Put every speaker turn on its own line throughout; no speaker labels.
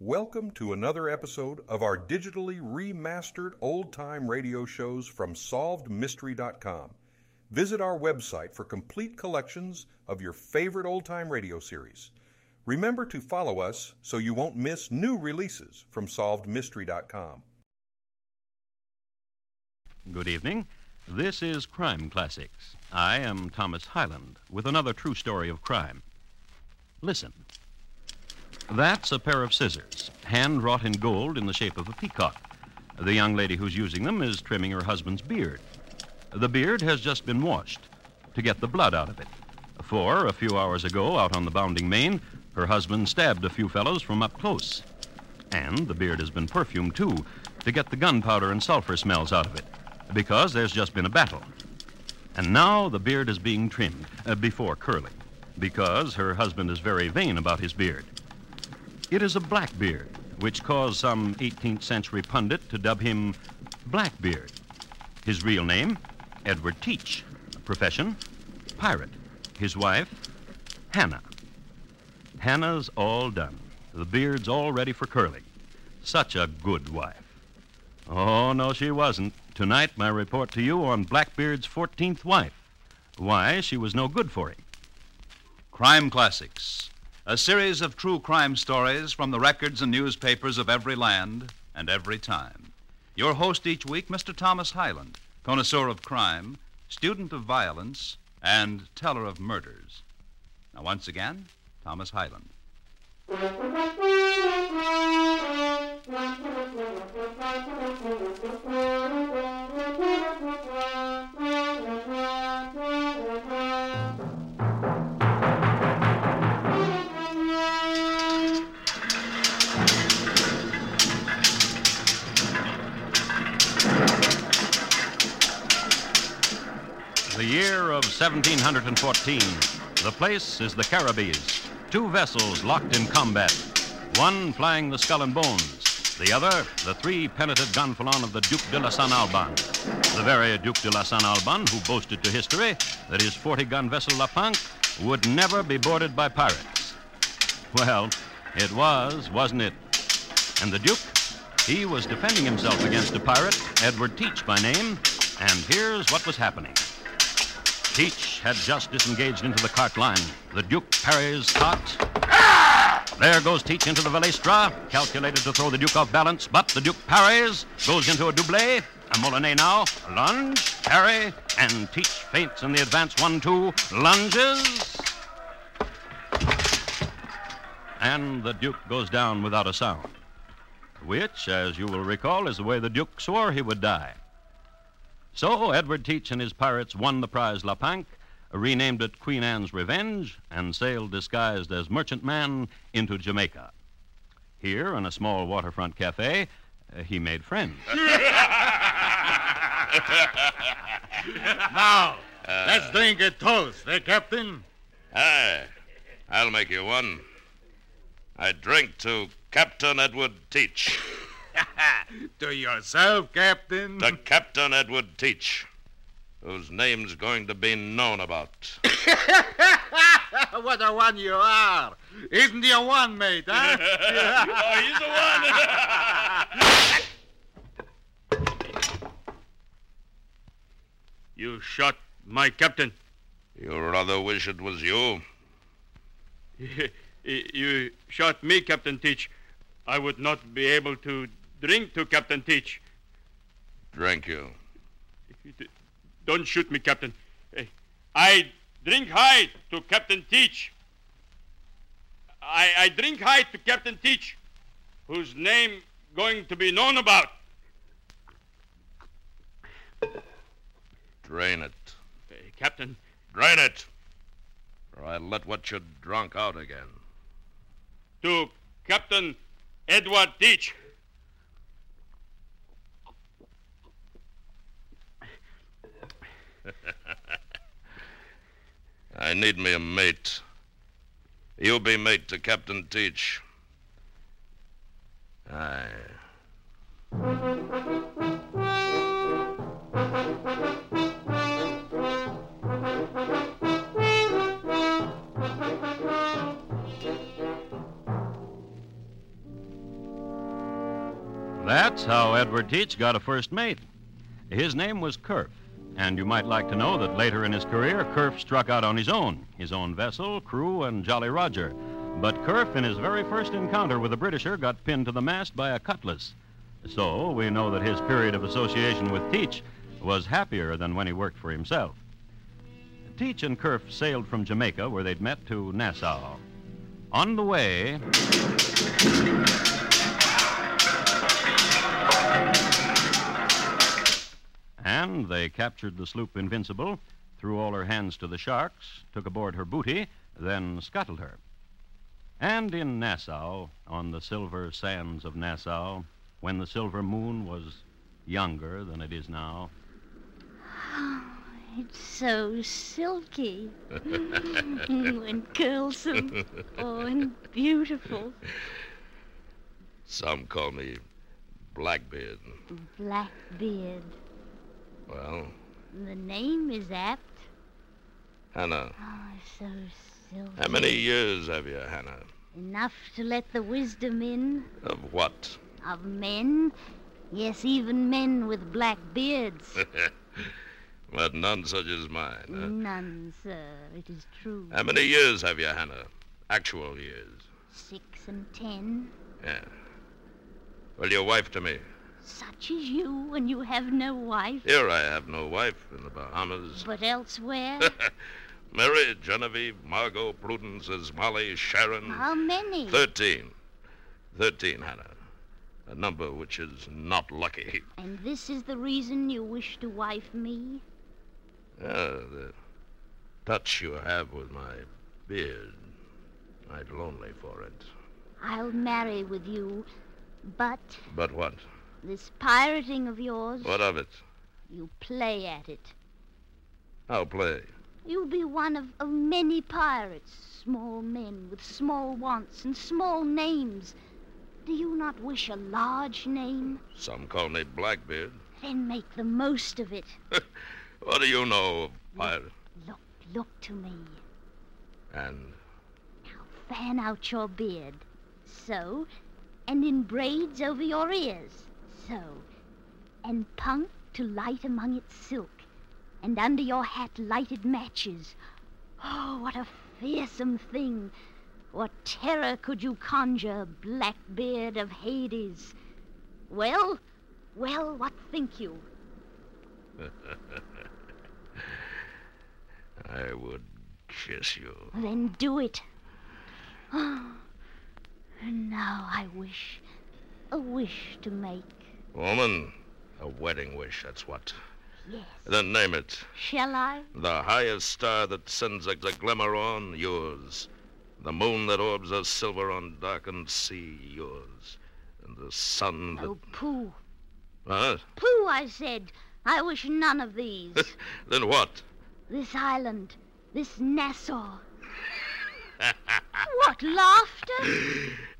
Welcome to another episode of our digitally remastered old time radio shows from SolvedMystery.com. Visit our website for complete collections of your favorite old time radio series. Remember to follow us so you won't miss new releases from SolvedMystery.com.
Good evening. This is Crime Classics. I am Thomas Highland with another true story of crime. Listen. That's a pair of scissors, hand wrought in gold in the shape of a peacock. The young lady who's using them is trimming her husband's beard. The beard has just been washed to get the blood out of it. For a few hours ago, out on the bounding main, her husband stabbed a few fellows from up close. And the beard has been perfumed, too, to get the gunpowder and sulfur smells out of it, because there's just been a battle. And now the beard is being trimmed uh, before curling, because her husband is very vain about his beard. It is a black beard, which caused some 18th century pundit to dub him Blackbeard. His real name, Edward Teach. Profession, pirate. His wife, Hannah. Hannah's all done. The beard's all ready for curling. Such a good wife. Oh, no, she wasn't. Tonight, my report to you on Blackbeard's 14th wife. Why, she was no good for him.
Crime Classics, a series of true crime stories from the records and newspapers of every land and every time. Your host each week, Mr. Thomas Highland, connoisseur of crime, student of violence, and teller of murders. Now, once again, Thomas Highland.
The year of 1714. The place is the Caribbees. Two vessels locked in combat. One flying the skull and bones. The other, the three penitent gonfalon of the Duke de la San Alban. The very Duke de la San Alban who boasted to history that his 40 gun vessel La Panque would never be boarded by pirates. Well, it was, wasn't it? And the Duke, he was defending himself against a pirate, Edward Teach by name, and here's what was happening. Teach had just disengaged into the cart line. The Duke parries cart. There goes Teach into the Valestra, calculated to throw the Duke off balance, but the Duke parries, goes into a double, a Molinet now, a lunge, parry, and Teach faints in the advance one-two, lunges, and the Duke goes down without a sound, which, as you will recall, is the way the Duke swore he would die. So Edward Teach and his pirates won the prize La Panque, renamed it Queen Anne's Revenge, and sailed disguised as merchantman into Jamaica. Here, in a small waterfront cafe, uh, he made friends.
Now,
Uh,
let's drink a toast, eh, Captain?
Aye, I'll make you one. I drink to Captain Edward Teach.
to yourself, Captain.
To Captain Edward Teach, whose name's going to be known about.
what a one you are. Isn't he a one, mate, huh?
Oh, he's the one.
You shot my captain.
You rather wish it was you.
you shot me, Captain Teach. I would not be able to drink to Captain Teach.
Drink you.
D- Don't shoot me, Captain. Eh, I drink high to Captain Teach. I, I drink high to Captain Teach, whose name going to be known about.
Drain it.
Eh, Captain,
Drain it. Or I'll let what you drunk out again.
to Captain Edward Teach.
I need me a mate. You be mate to Captain Teach. Aye.
That's how Edward Teach got a first mate. His name was Kerf, and you might like to know that later in his career, Kerf struck out on his own, his own vessel, crew, and Jolly Roger. But Kerf, in his very first encounter with a Britisher, got pinned to the mast by a cutlass. So we know that his period of association with Teach was happier than when he worked for himself. Teach and Kerf sailed from Jamaica, where they'd met, to Nassau. On the way, and they captured the sloop Invincible, threw all her hands to the sharks, took aboard her booty, then scuttled her. And in Nassau, on the silver sands of Nassau, when the silver moon was younger than it is now,
It's so silky. Mm, and curlsome. Oh, and beautiful.
Some call me Blackbeard.
Blackbeard.
Well,
The name is apt.
Hannah.
Oh, so silky.
How many years have you, Hannah?
Enough to let the wisdom in
Of what?
of men. Yes, even men with black beards.
Uh, But none such as mine. huh?
None, sir. It is true.
How many years have you, Hannah? Actual years.
Six and ten.
Yeah. Well, your wife to me.
Such as you, and you have no wife.
Here I have no wife in the Bahamas.
But elsewhere,
Uh. Mary, Genevieve, Margot, Prudence, Molly, Sharon.
how many?
Thirteen. Thirteen, Hannah. A number which is not lucky.
And this is the reason you wish to wife me?
Ah, the touch you have with my beard. I'm lonely for it.
I'll marry with you. But
But what?
this pirating of yours,
What of it?
you play at it.
I'll play.
You'll be one of, of many pirates, small men with small wants and small names. Do you not wish a large name?
Some call me Blackbeard.
Then make the most of it.
What do you know of pirate?
Look, look to me.
And
Fan out your beard. So. And in braids over your ears. So. And punk to light among its silk. And under your hat lighted matches. Oh, what a fearsome thing. What terror could you conjure, Blackbeard of Hades? Well, well, what think you?
I would kiss you.
Then do it. and now I wish, a wish to make.
Woman, a wedding wish, that's what.
Yes.
Then name it.
Shall I?
The highest star that sends a, a glimmer on, yours. The moon that orbs a silver on darkened sea, yours. And the sun that.
Oh, pooh.
Huh?
Pooh, I said. I wish none of these.
Then what?
this island. This Nassau. what, laughter?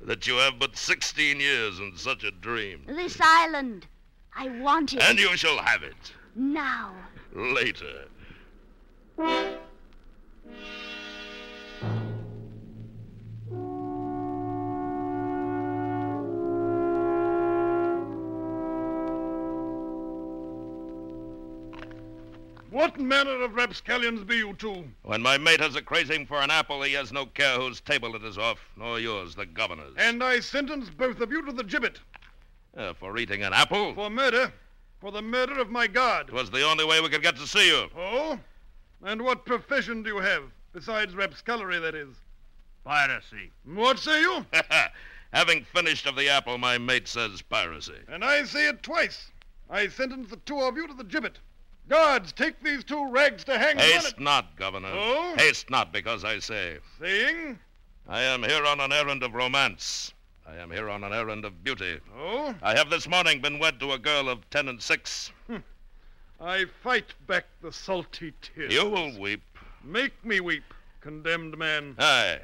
That you have but 16 years and such a dream.
This island. I want it
And you shall have it.
now.
Later.
What manner of rapscallions be you two?
When my mate has a craving for an apple, he has no care whose table it is off, nor yours, the governor's.
And I sentence both of you to the gibbet
Uh, for eating an apple?
for murder, for the murder of my guard.
It was the only way we could get to see you.
Oh? And what profession do you have, besides rapscallery, that is?
Piracy.
What say you?
Having finished of the apple, my mate says piracy.
and I say it twice. I sentence the two of you to the gibbet. Guards, take these two rags to hang them on it.
Haste not, Governor.
Oh?
Haste not, because I say,
Saying?
I am here on an errand of romance. I am here on an errand of beauty.
Oh?
I have this morning been wed to a girl of ten and six.
I fight back the salty tears.
You will weep.
Make me weep, condemned man.
Aye.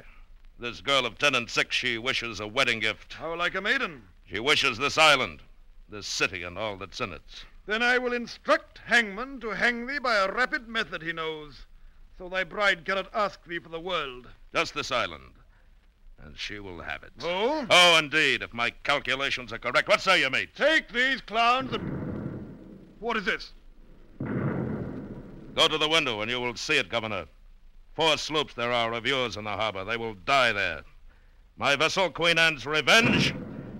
This girl of ten and six, she wishes a wedding gift.
How like a maiden.
She wishes this island, this city, and all that's in it.
Then I will instruct hangman to hang thee by a rapid method he knows, so thy bride cannot ask thee for the world.
Just this island. and she will have it.
Oh?
Oh, indeed, if my calculations are correct. What say you, mate?
Take these clowns and. What is this?
Go to the window and you will see it, Governor. Four sloops there are of yours in the harbor. They will die there. My vessel, Queen Anne's Revenge,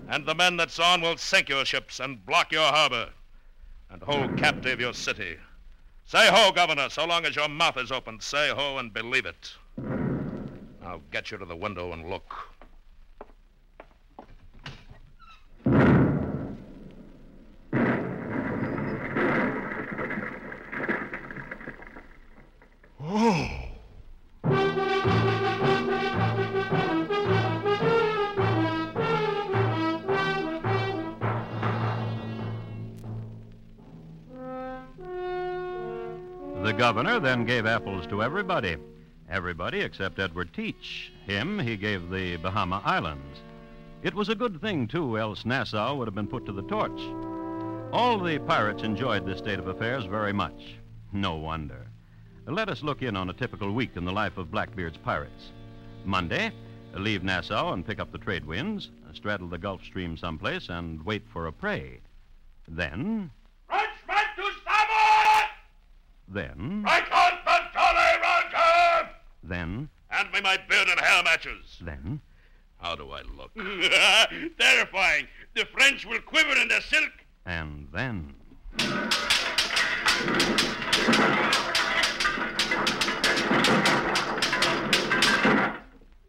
and the men that's on will sink your ships and block your harbor and hold captive your city. Say ho, Governor, so long as your mouth is open. Say ho and believe it. I'll get you to the window and look.
The governor then gave apples to everybody. Everybody except Edward Teach. Him he gave the Bahama Islands. It was a good thing, too, else Nassau would have been put to the torch. All the pirates enjoyed this state of affairs very much. No wonder. Let us look in on a typical week in the life of Blackbeard's pirates. Monday, leave Nassau and pick up the trade winds, straddle the Gulf Stream someplace, and wait for a prey. Then,
Frenchman to starboard!
then,
Right on, Pantale, round curve!
then,
Hand me my beard and hair matches.
then.
How do I look?
Terrifying. The French will quiver in their silk.
And then.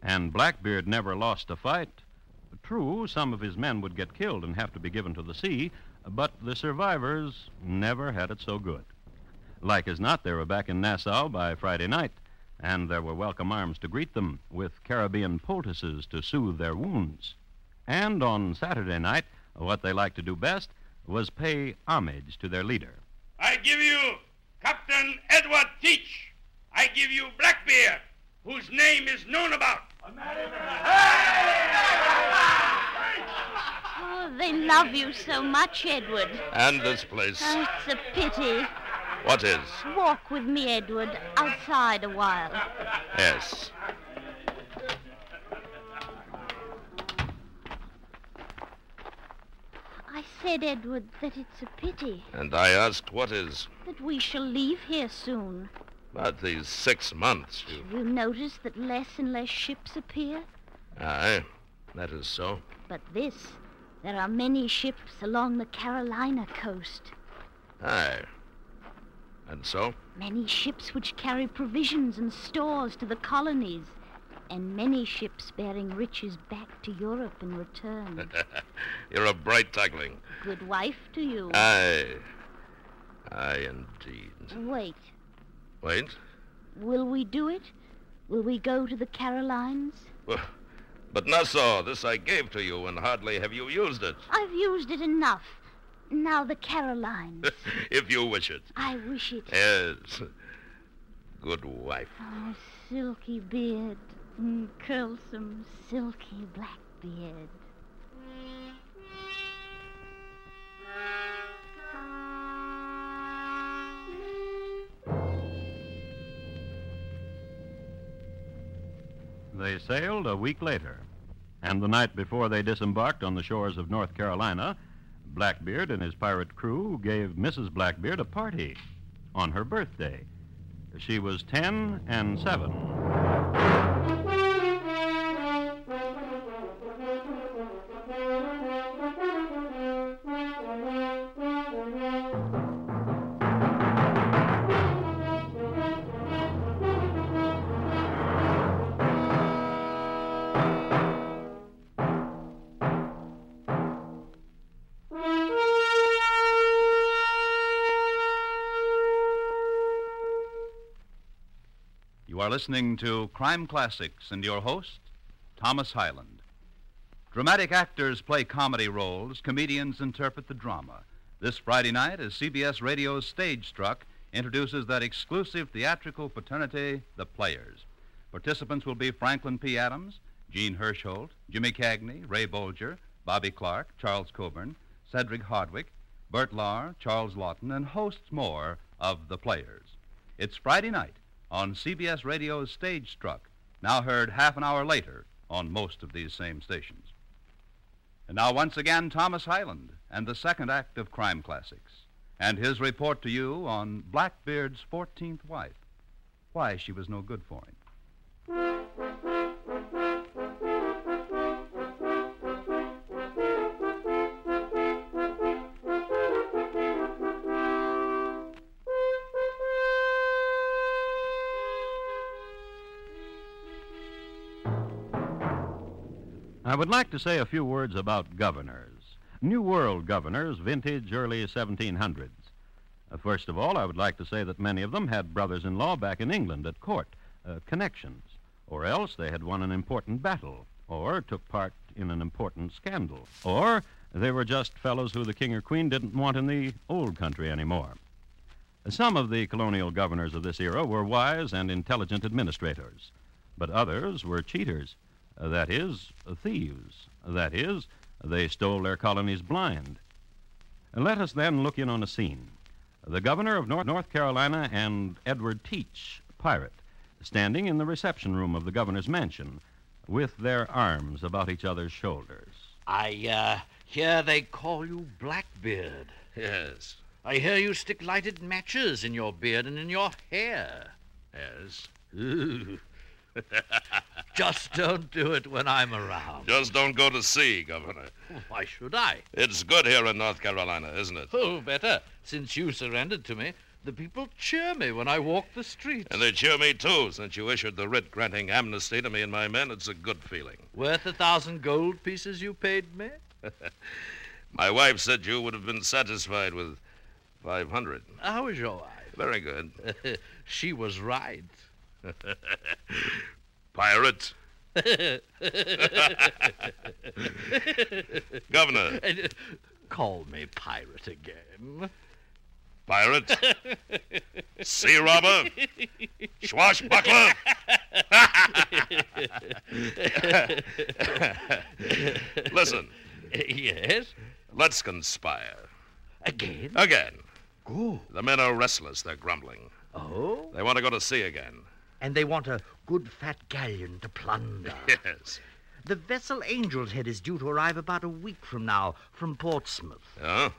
And Blackbeard never lost a fight. True, some of his men would get killed and have to be given to the sea, but the survivors never had it so good. Like as not, they were back in Nassau by Friday night, and there were welcome arms to greet them, with Caribbean poultices to soothe their wounds. And on Saturday night, what they liked to do best was pay homage to their leader.
I give you Captain Edward Teach. I give you Blackbeard, whose name is known about.
Oh, they love you so much, Edward.
And this place.
Oh, it's a pity.
What is?
Walk with me, Edward, outside a while.
Yes.
I said, Edward, that it's a pity
And I asked, what is?
that we shall leave here soon.
About these six months. You...
You notice that less and less ships appear?
Aye, that is so.
But this, there are many ships along the Carolina coast.
Aye. And so?
Many ships which carry provisions and stores to the colonies, and many ships bearing riches back to Europe in return.
You're a bright tackling.
Good wife to you.
Aye. Aye, indeed.
Wait,
Wait.
will we do it? Will we go to the Carolines?
Well, But Nassau, this I gave to you, and hardly have you used it.
I've used it enough. Now the Carolines.
if you wish it.
I wish it.
Eh. Yes. Good wife.
Oh, silky beard, mm, curlsome, silky black beard.
They sailed a week later, and the night before they disembarked on the shores of North Carolina, Blackbeard and his pirate crew gave Mrs. Blackbeard a party on her birthday. She was 10 and 7.
You are listening to Crime Classics and your host, Thomas Highland. Dramatic actors play comedy roles, comedians interpret the drama. This Friday night, as CBS Radio's Stage Struck introduces that exclusive theatrical fraternity, The Players. Participants will be Franklin P. Adams, Gene Hirschholt, Jimmy Cagney, Ray Bolger, Bobby Clark, Charles Coburn, Cedric Hardwick, Bert Lahr, Charles Lawton, and hosts more of The Players. It's Friday night on CBS Radio's Stage Struck, now heard half an hour later on most of these same stations. And now, once again, Thomas Highland and the second act of Crime Classics, and his report to you on Blackbeard's 14th wife why she was no good for him.
I would like to say a few words about governors. New World governors, vintage early 1700s. Uh, First of all, I would like to say that many of them had brothers in law back in England at court, uh, connections, or else they had won an important battle, or took part in an important scandal, or they were just fellows who the king or queen didn't want in the old country anymore. Some of the colonial governors of this era were wise and intelligent administrators, but others were cheaters. Uh, That is, thieves. That is, they stole their colonies blind. Let us then look in on a scene. The governor of North, North Carolina and Edward Teach, pirate, standing in the reception room of the governor's mansion with their arms about each other's shoulders.
I uh, hear they call you Blackbeard.
Yes.
I hear you stick lighted matches in your beard and in your hair.
Yes.
Ooh. Just don't do it when I'm around.
Just don't go to sea, Governor.
Why should I?
It's good here in North Carolina, isn't it?
Oh, better. Since you surrendered to me, the people cheer me when I walk the streets.
And they cheer me, too, since you issued the writ granting amnesty to me and my men. It's a good feeling.
Worth a thousand gold pieces you paid me?
My wife said you would have been satisfied with 500.
How was your wife?
Very good.
she was right.
Pirate. Governor,
uh, Call me pirate again.
pirate, sea robber, swashbuckler. Listen,
yes?
let's conspire.
Again?
Again.
Good.
The men are restless. They're grumbling.
Oh?
They want to go to sea again.
And they want a good fat galleon to plunder.
Yes.
the vessel Angel's Head is due to arrive about a week from now from Portsmouth.
Huh?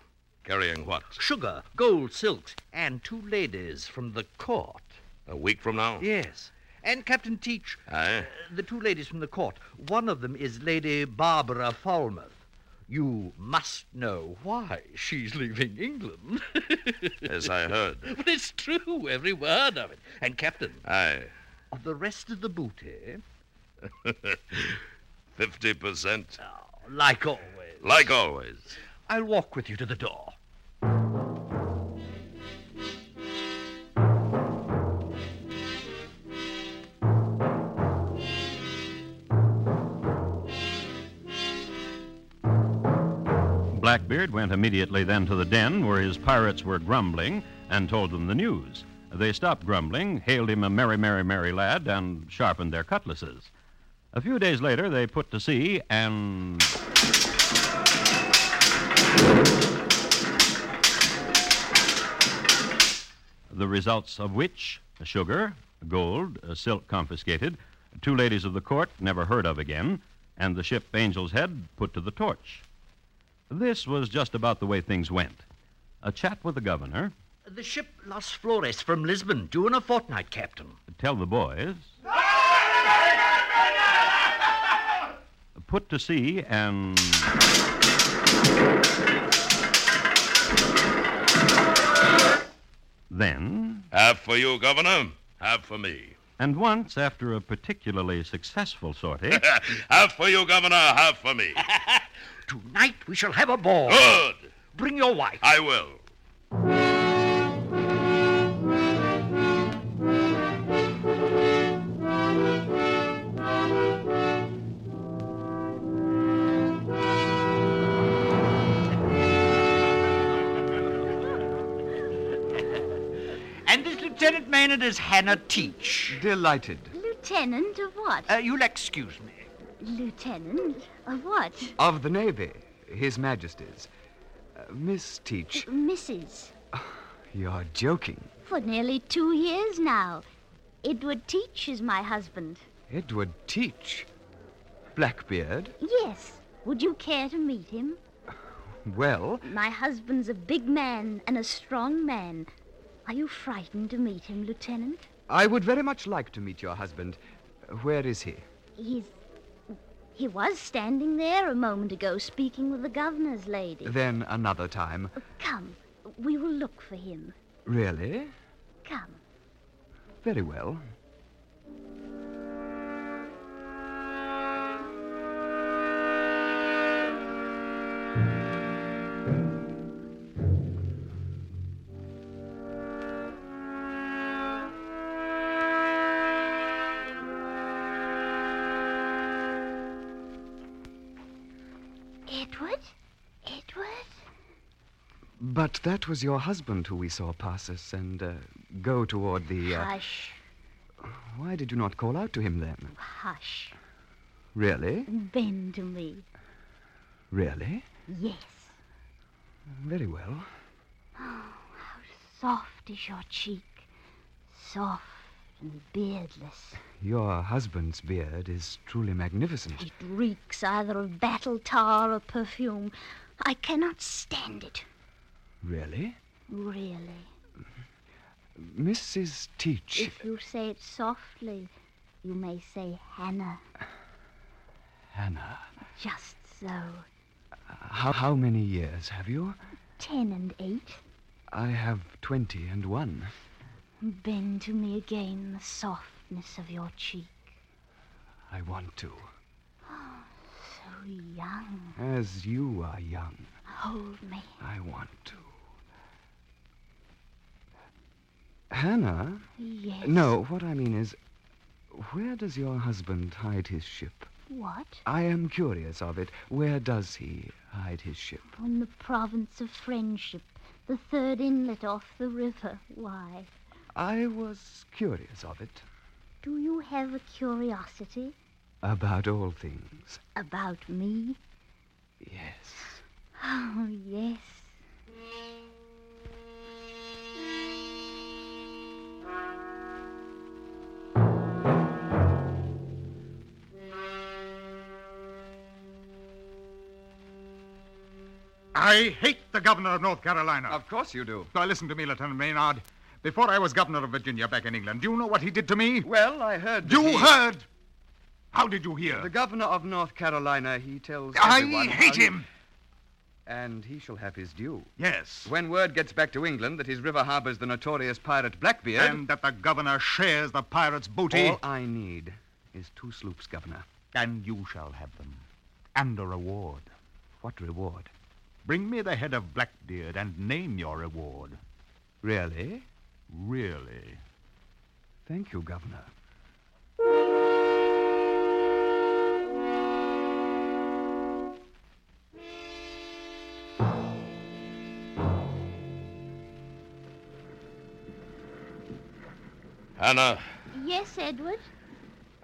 Carrying what?
Sugar, gold, silks, and two ladies from the court.
A week from now?
Yes. And Captain Teach,
Aye.
the two ladies from the court, one of them is Lady Barbara Falmouth. You must know why she's leaving England.
As I heard.
but it's true, every word of it. And, Captain,
Aye.
of the rest of the booty,
50%.
like always,
Like always.
I'll walk with you to the door.
Blackbeard went immediately then to the den where his pirates were grumbling and told them the news. They stopped grumbling, hailed him a merry, merry, merry lad, and sharpened their cutlasses. A few days later, they put to sea and. The results of which sugar, gold, uh, silk confiscated, two ladies of the court never heard of again, and the ship Angel's Head put to the torch. This was just about the way things went. A chat with the governor,
The ship Las Flores from Lisbon, due in a fortnight, Captain.
tell the boys, put to sea, and. Then,
Half for you, Governor. Half for me.
and once after a particularly successful sortie,
half for you, Governor. Half for me.
Tonight we shall have a ball.
Good.
Bring your wife.
I will.
And this Lieutenant Maynard is Hannah Teach.
Delighted.
Lieutenant of what?
Uh, you'll excuse me.
Lieutenant of what?
Of the Navy, His Majesty's. Uh, Miss Teach,
Mrs.
you're joking.
For nearly two years now. Edward Teach is my husband.
Edward Teach. Blackbeard?
Yes. Would you care to meet him?
Well,
My husband's a big man and a strong man. Are you frightened to meet him, Lieutenant?
I would very much like to meet your husband. Where is he?
He's. He was standing there a moment ago speaking with the governor's lady.
Then another time.
Come, we will look for him.
Really?
Come.
Very well.
Edward? Edward?
But that was your husband who we saw pass us and uh, go toward the. Uh,
Hush,
Why did you not call out to him then?
hush.
Really?
Bend to me.
Really?
Yes.
Very well.
Soft is your cheek. Soft and beardless.
Your husband's beard is truly magnificent.
It reeks either of battle tar or perfume. I cannot stand it.
Really?
Really.
Mrs. Teach.
If you say it softly, you may say Hannah.
Hannah.
Just so.
How, how many years have you?
Ten and eight.
I have twenty and one.
Bend to me again the softness of your cheek.
I want to.
So young.
As you are young,
Hold me.
I want to. Hannah?
Yes.
No, what I mean is, where does your husband hide his ship?
What?
I am curious of it. Where does he hide his ship?
On the province of friendship, the third inlet off the river. Why?
I was curious of it.
Do you have a curiosity
About all things.
about me?
Yes.
Oh, yes.
I hate the governor of North Carolina. Of
course you do.
Now, listen to me, Lieutenant Maynard. Before I was governor of Virginia back in England, do you know what he did to me?
Well, I heard.
You
he-
heard? How did you hear?
The governor of North Carolina, he tells
I
everyone how
hate
you-
him.
And he shall have his due.
Yes.
When word gets back to England that his river harbors the notorious pirate Blackbeard.
And that the governor shares the pirate's booty.
All I need is two sloops, Governor.
And you shall have them. And a reward.
What reward?
Bring me the head of Blackbeard and name your reward.
Really?
Really?
Thank you, Governor.
Hannah,
Yes, Edward.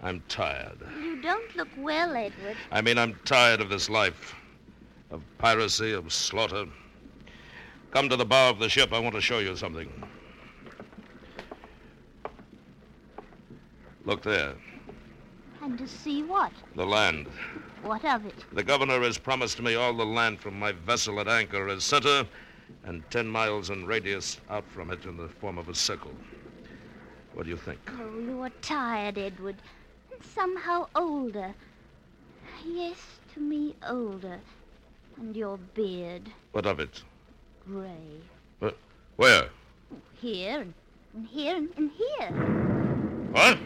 I'm tired.
You don't look well, Edward.
I mean, I'm tired of this life of piracy, of slaughter. Come to the bow of the ship. I want to show you something. Look there,
And to see what?
the land.
What of it?
The governor has promised me all the land from my vessel at anchor as center and 10 miles in radius out from it in the form of a circle. What do you think?
Oh, you are tired, Edward. And somehow older. Yes, to me, older. And your beard,
What of it?
gray.
Uh,
Wh- Where?
Here and, and here and, and here.
What?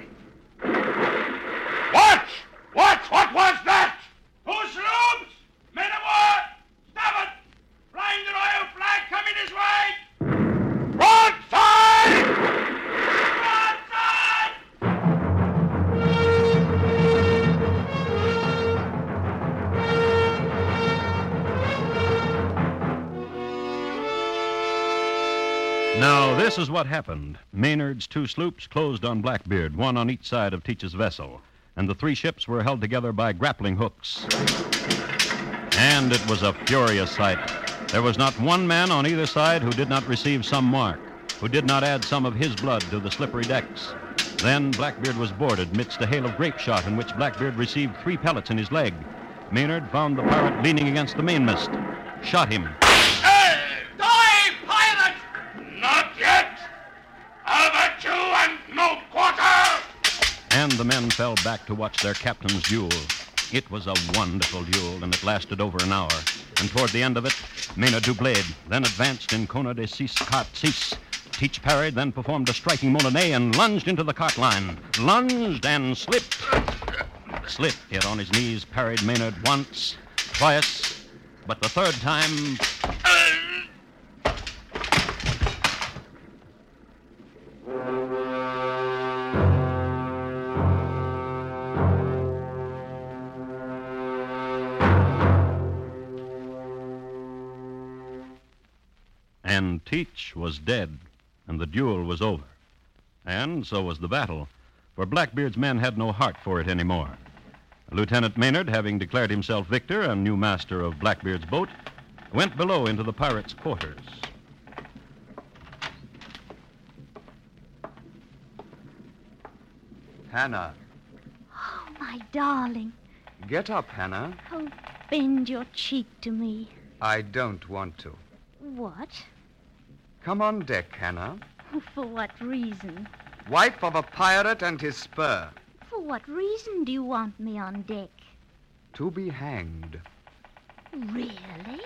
What? What? What was that? Whose rooms? Men of war! Stop it! Flying the royal flag coming this way! Broadside! Broadside!
Now, this is what happened. Maynard's two sloops closed on Blackbeard, one on each side of Teach's vessel, and the three ships were held together by grappling hooks. And it was a furious sight. There was not one man on either side who did not receive some mark, who did not add some of his blood to the slippery decks. Then Blackbeard was boarded midst a hail of grape shot in which Blackbeard received three pellets in his leg. Maynard found the pirate leaning against the mainmast, shot him.
Die, pirate! Not yet! Over two and no quarter!
And the men fell back to watch their captain's duel. It was a wonderful duel, and it lasted over an hour. And toward the end of it, Maynard Dublade then advanced in Kona de Cis Cart Cis. Teach parried, then performed a striking Molinet and lunged into the cart line. Lunged and slipped. Slipped, yet on his knees, parried Maynard once, twice, but the third time. And Teach was dead, and the duel was over. And so was the battle, for Blackbeard's men had no heart for it anymore. Lieutenant Maynard, having declared himself victor and new master of Blackbeard's boat, went below into the pirates' quarters.
Hannah.
Oh, my darling.
Get up, Hannah.
Oh, bend your cheek to me.
I don't want to.
What? Oh,
Come on deck, Hannah.
For what reason?
Wife of a pirate and his spur.
For what reason do you want me on deck?
To be hanged.
Really?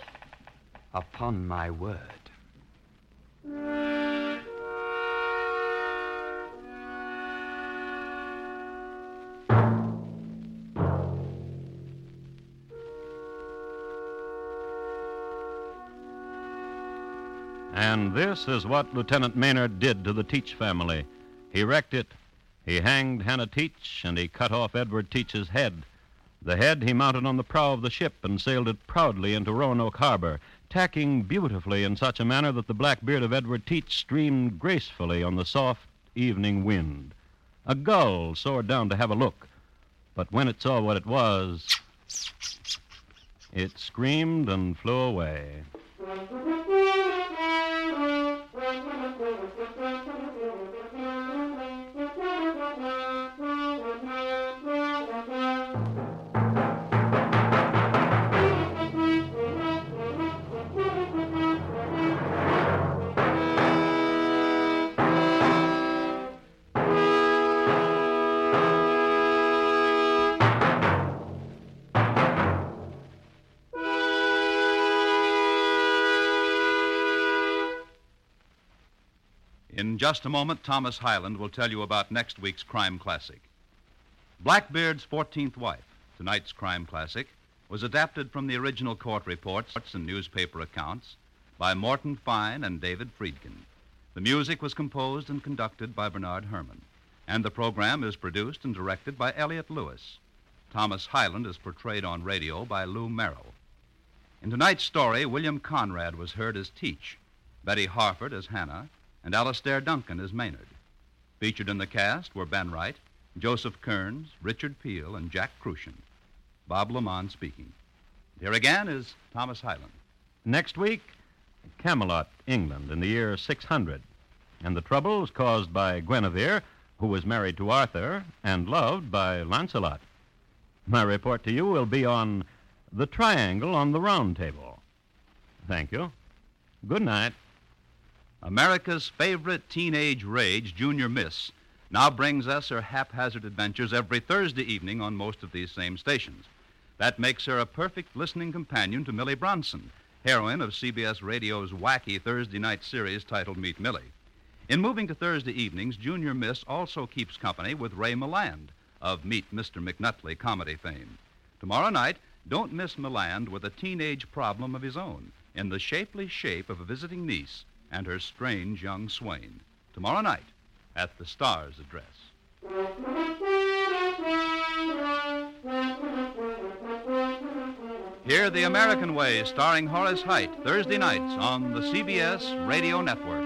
Upon my word.
And this is what Lieutenant Maynard did to the Teach family. He wrecked it. He hanged Hannah Teach, and he cut off Edward Teach's head. The head he mounted on the prow of the ship and sailed it proudly into Roanoke Harbor, tacking beautifully in such a manner that the black beard of Edward Teach streamed gracefully on the soft evening wind. A gull soared down to have a look, but when it saw what it was, it screamed and flew away.
In just a moment, Thomas Highland will tell you about next week's crime classic. Blackbeard's 14th Wife, tonight's crime classic, was adapted from the original court reports and newspaper accounts by Morton Fine and David Friedkin. The music was composed and conducted by Bernard Herman, and the program is produced and directed by Elliot Lewis. Thomas Highland is portrayed on radio by Lou Merrill. In tonight's story, William Conrad was heard as Teach, Betty Harford as Hannah, and Alastair Duncan as Maynard. Featured in the cast were Ben Wright, Joseph Kearns, Richard Peel, and Jack Crucian. Bob Lamont speaking. Here again is Thomas Highland.
Next week, Camelot, England, in the year 600, and the troubles caused by Guinevere, who was married to Arthur and loved by Lancelot. My report to you will be on the triangle on the round table. Thank you. Good night.
America's favorite teenage rage, Junior Miss, now brings us her haphazard adventures every Thursday evening on most of these same stations. That makes her a perfect listening companion to Millie Bronson, heroine of CBS Radio's wacky Thursday night series titled Meet Millie. In moving to Thursday evenings, Junior Miss also keeps company with Ray Milland of Meet Mr. McNutley comedy fame. Tomorrow night, don't miss Milland with a teenage problem of his own in the shapely shape of a visiting niece and her strange young swain. Tomorrow night at the Star's address. Hear the American Way, starring Horace Height, Thursday nights on the CBS Radio Network.